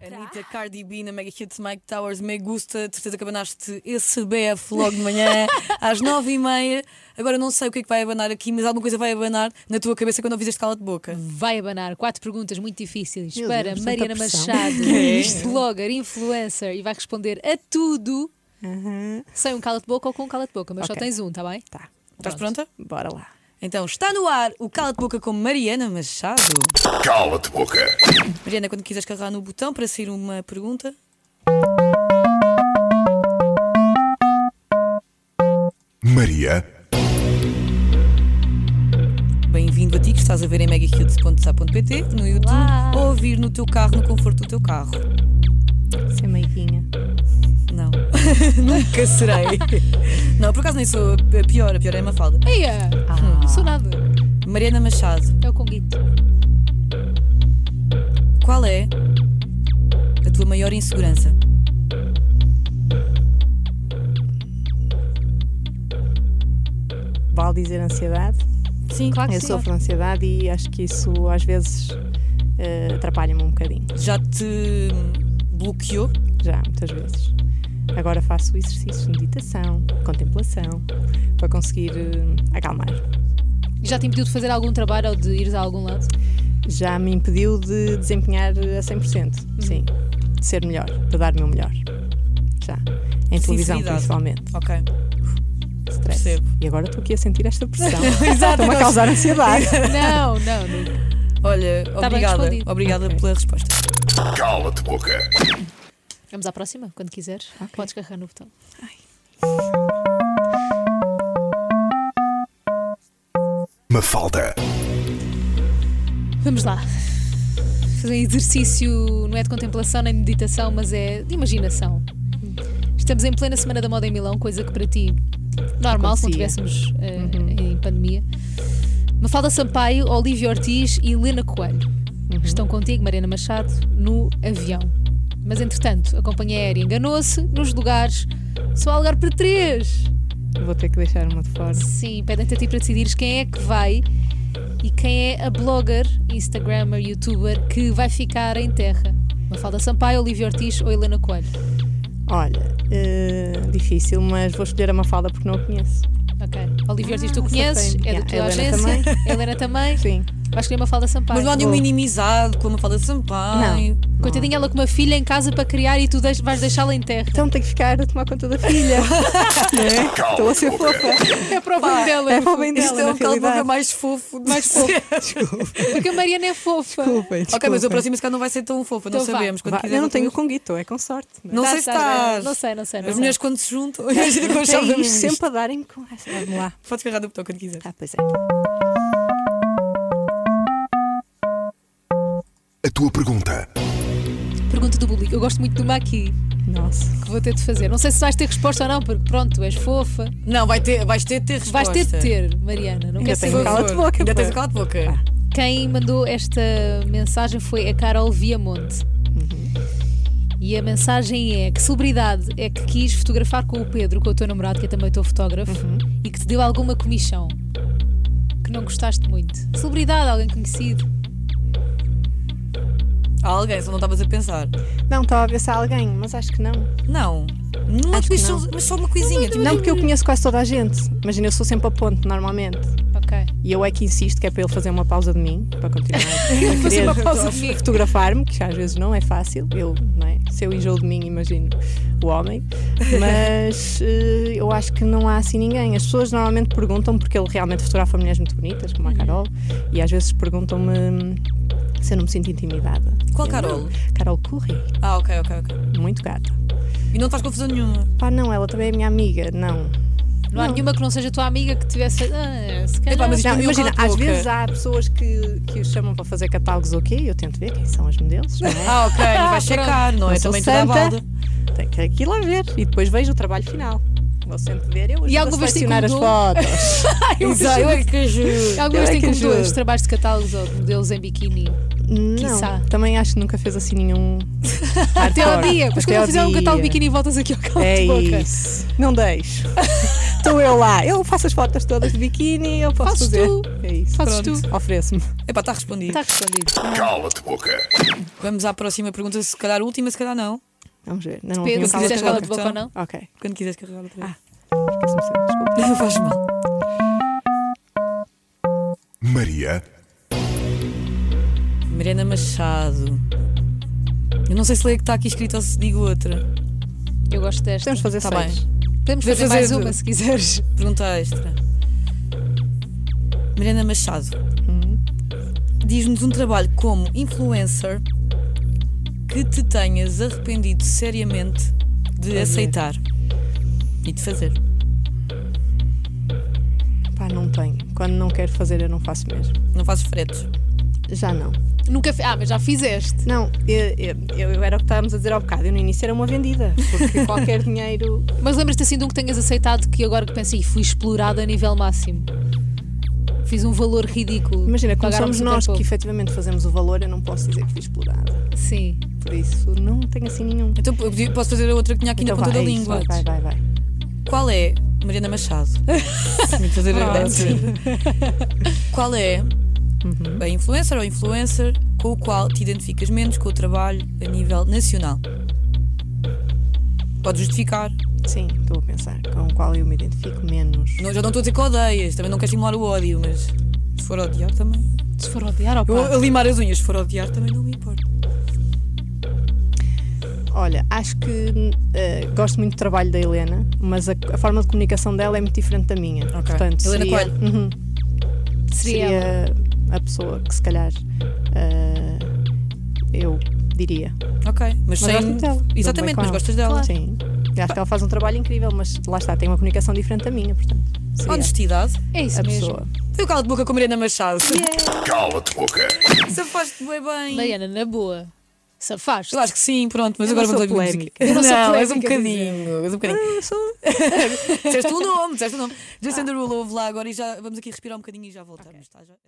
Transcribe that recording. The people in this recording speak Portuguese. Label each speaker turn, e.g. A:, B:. A: Anitta, Cardi B, na Mega Hits, Mike Towers, me gusta. De certeza que abanaste esse BF logo de manhã, às nove e meia. Agora não sei o que é que vai abanar aqui, mas alguma coisa vai abanar na tua cabeça quando ouvis este cala de boca.
B: Vai abanar quatro perguntas muito difíceis
C: Meu
B: para
C: Deus, tanta
B: Mariana
C: pressão.
B: Machado,
A: Que é isto?
B: blogger, influencer, e vai responder a tudo sem um cala-de-boca ou com um cala-de-boca, mas só
C: Uhum. Ok.
B: tens um, tá bem?
C: Tá,
A: Estás pronta?
C: bora lá.
A: Então, está no ar o cala de boca com Mariana Machado.
D: Cala-te boca.
A: Mariana, quando quiseres carregar no botão para sair uma pergunta.
D: Maria,
A: Bem-vindo a ti que estás a ver em megahits.sa.pt no YouTube
B: Olá.
A: ou a ouvir no teu carro, no conforto do teu carro.
C: Sem meiguinha.
A: Não, nunca serei. Não, por acaso nem sou a pior, a pior é a Mafalda.
B: Eia!
C: Ah.
B: Não sou nada.
A: Mariana Machado,
B: É o Conguito.
A: qual é a tua maior insegurança?
C: Vale dizer ansiedade.
A: Sim, claro
C: Eu sofro de ansiedade e acho que isso às vezes eh, atrapalha-me um bocadinho.
A: Já te bloqueou?
C: Já, muitas vezes. Agora faço exercícios de meditação, contemplação, para conseguir eh, acalmar.
B: Já te impediu de fazer algum trabalho ou de ires a algum lado?
C: Já me impediu de desempenhar a 100%, sim. De ser melhor, de dar o meu melhor. Já. Em televisão,
A: Sinceridade.
C: principalmente.
A: Ok.
C: Stress.
A: Percebo. Tá
C: E agora estou aqui a sentir esta pressão.
A: Exato,
C: Estou-me a causar ansiedade.
B: Não, não, não.
A: Olha, obrigada.
B: respondido.
A: Obrigada
C: Ok.
A: pela resposta.
D: cala-te boca.
B: Vamos à próxima, quando quiseres. Podes carregar no botão.
D: Mafalda,
B: Vamos lá. Fazer exercício não é de contemplação nem de meditação, mas é de imaginação. Estamos em plena Semana da Moda em Milão, coisa que para ti normal, se não
C: Acontecia.
B: estivéssemos eh, em pandemia. Mafalda Sampaio, Olívia Ortiz e Helena Coelho estão contigo, Mariana Machado, no avião. Mas entretanto, a companhia aérea enganou-se nos lugares. Só há lugar para três!
C: Vou ter que deixar uma de fora.
B: Sim, pedem-te a ti para decidires quem é que vai e quem é a blogger, Instagrammer, youtuber que vai ficar em terra. Mafalda Sampaio, Olivia Ortiz ou Helena Coelho.
C: Olha, eh, difícil, mas vou escolher a Mafalda porque não a conheço.
B: Ok. Olivia Ortiz tu
C: Ah,
B: conheces,
C: safei-me.
B: é da
C: Yeah,
B: tua
C: Helena
B: agência. Helena também.
C: Sim.
B: Vais escolher é Mafalda Sampaio.
A: Mas não há nenhum
C: Boa.
A: minimizado com a Mafalda Sampaio.
C: Não.
B: Coitadinha, ela com uma filha em casa para criar e tu deix- vais deixá-la em terra.
C: Então tem que ficar a tomar conta da filha. é? Estou a ser
D: Cala-te boca.
C: fofa.
B: É para o bem dela.
C: É para o bem dela.
A: Isto é
C: na
A: um cala de boca
C: realidade.
A: mais fofo. Mais fofo.
B: Porque a Mariana é fofa.
A: Ok, mas o próximo se calhar não vai ser tão fofo, não
B: Então vá.
A: sabemos. Quando
C: Vá,
A: quiseres
C: Eu não
A: outra
C: tenho
A: vez.
C: com guito, é com sorte.
A: Não sei se estás.
B: Tá, é, Não sei, não sei. Não
A: As
B: sei.
A: mulheres quando se juntam, imagina quando já
C: Estamos
A: vemos
C: sempre a darem com essa. Vamos lá.
A: Podes carregar no botão quando quiser.
C: Ah, pois é.
D: A tua pergunta.
B: Pergunta do público. Eu gosto muito de uma aqui
C: Nossa.
B: que vou ter de fazer. Não sei se vais ter resposta ou não, porque pronto, tu és fofa.
A: Não, vai ter, vais ter de ter
B: Vais
A: resposta.
B: ter de ter, Mariana. Não quer
C: Ainda
A: Por
C: tenho
B: saber.
A: favor.
C: cala-te boca, Ah.
A: Ainda
C: pá.
A: tens o cala de boca.
B: Quem mandou esta mensagem foi a Carol Viamonte. E a mensagem é: que celebridade é que quis fotografar com o Pedro, com o teu namorado, que é também teu fotógrafo, e que te deu alguma comissão que não gostaste muito? Celebridade, alguém conhecido.
A: Há alguém, só não estavas a pensar.
C: Não, estava a ver se há alguém, mas acho que não.
A: Não. Não
C: Acho que
A: mas, só-
C: não.
A: mas só uma coisinha. tipo,
C: Não, porque eu conheço quase toda a gente. Imagina, eu sou sempre a ponte, normalmente.
B: Ok.
C: E eu é que insisto que é para ele fazer uma pausa de mim, para continuar. a
B: Fazer
C: querer
B: uma pausa de mim.
C: Fotografar-me, que às vezes não é fácil. Eu, não é? Se eu enjoo de mim, imagino o homem. Mas eh, eu acho que não há assim ninguém. As pessoas normalmente perguntam, porque ele realmente fotografa mulheres muito bonitas, como
A: Uhum.
C: a Carol, e às vezes perguntam-me hum, se eu não me sinto intimidada.
A: Qual
C: Eu,
A: Oh, Carol?
C: "Não, Carol Curry,
A: Ah, ok, ok, ok.
C: muito gata.
A: E não estás confusão nenhuma.
C: Pá, não, ela também é minha amiga, não.
B: Não, há
C: Não.
B: nenhuma que não seja tua amiga que tivesse. Ah, se calhar.
A: Epá, mas isto
C: Não,
A: também é um
C: imagina,
A: cala de
C: às
A: boca.
C: vezes há pessoas que, que os chamam para fazer catálogos ou quê, eu tento ver quem são os modelos, não é?
A: Ah, ok, e
B: Ah,
A: vais checar, não é?
C: Não sou
A: Também toda a
C: santa.
A: balda.
C: Tem que ir lá ver e depois vejo o trabalho final. Vou sempre ver, eu ajudo a
B: alguma vez te
C: selecionar as fotos.
A: Exato, eu é que ajudo.
B: Alguma vez
C: Eu é
B: tem
C: que
B: como
C: ajudo.
B: dois trabalhos de catálogos ou de modelos em biquíni. Quiçá.
C: não, também acho que nunca fez assim nenhum.
B: Até ao
C: hardcore.
B: dia. Depois
C: Até
B: quando eu
C: ao
B: fizer um
C: dia.
B: catálogo de biquíni, voltas aqui ao calo
C: É
B: de boca.
C: isso. Não deixo. Estou eu lá. Eu faço as fotos todas de biquíni, eu posso
B: Fazes
C: fazer.
B: tu.
C: É isso.
B: Fazes
C: Pronto. Ofereço-me.
A: Epá, está respondido.
C: Tá.
B: Está respondido.
D: Cala-te boca.
A: Vamos à próxima pergunta, se calhar última, se calhar não.
C: Vamos ver. Ainda não
B: Pedro,
C: ouvi o
B: se
A: cala-te
B: quiseres
A: cala-te
B: cala
C: cala-te
B: de boca
A: boca.
B: ou não.
C: boca. Ok.
A: Quando quiseres carregar outra
C: Ah.
A: vez.
C: Esqueci-me sempre, desculpa.
A: Não faz mal.
D: Maria
A: Mariana Machado. Eu não sei se leio a que está aqui escrito ou se digo outra.
B: Eu gosto desta.
C: Podemos fazer
A: Está
C: seis.
A: bem.
B: Podemos fazer
A: Podemos
B: mais
A: fazer
B: uma
A: tudo.
B: se quiseres.
A: Pergunta extra. Mariana Machado.
C: Uhum.
A: Diz-nos um trabalho como influencer que te tenhas arrependido seriamente de aceitar e de fazer.
C: Pá, não tenho. Quando não quero fazer, eu não faço mesmo.
A: Não fazes fretes.
C: Já não.
B: Nunca fi- Ah, mas já fizeste.
C: Não, eu, eu- eu era o que estávamos a dizer ao bocado. Eu no início era uma vendida. Porque qualquer dinheiro.
B: Mas lembras-te assim de um que tenhas aceitado que agora que pensei, fui explorado a nível máximo. Fiz um valor ridículo.
C: Imagina, como
B: Pagaram-me
C: somos
B: super
C: nós que
B: pouco.
C: efetivamente fazemos o valor, eu não posso dizer que fui explorada.
B: Sim.
C: Por isso, não tenho assim nenhum.
A: Então eu podia- posso fazer a outra que tinha aqui
C: Então
A: na ponta
C: vai,
A: da
C: é isso,
A: língua.
C: Vai, vai, vai. vai.
A: Qual é, Mariana Machado? Tinha de fazer a Qual é a influencer ou influencer com o qual te identificas menos com o trabalho a nível nacional? Podes justificar.
C: Sim, estou a pensar. Com o qual eu me identifico menos.
A: Não, já não estou a dizer que odeias, também não quero estimular o ódio, mas se for odiar também.
B: Se for odiar ou
A: Eu a limar as unhas, se for odiar também não me importa.
C: Olha, acho que eh, gosto muito do trabalho da Helena, mas a, a forma de comunicação dela é muito diferente da minha.
A: Ok.
C: Portanto,
A: Helena
C: seria,
A: Coelho.
C: Uhum.
B: Seria ela.
C: seria a pessoa que se calhar eh, eu diria.
A: Ok, mas,
C: Mas
A: sem.
C: gosto muito dela. Dou-me bem
A: Exatamente,
C: com
A: mas
C: ela.
A: gostas dela.
C: Sim. Eu Acho que ela faz um trabalho incrível, mas lá está, tem uma comunicação diferente da minha, portanto. seria
A: Honestidade.
B: É isso
C: a
B: mesmo.
C: pessoa.
A: Foi o calo de boca com a Mariana Machado.
D: Cala-te boca.
A: Se foste bem bem.
B: Mariana, na boa. Safaste.
A: Eu acho que sim, pronto, mas
C: Eu
A: agora
C: não
A: vamos
C: sou
A: ouvir música.
C: polémica.
B: Eu não sou
A: Não, és um
B: polémica,
A: bocadinho. És um bocadinho. Disseste o nome, disseste o nome. Jason Derulo, ouve lá agora e já vamos aqui respirar um bocadinho e já voltamos. tá? Já-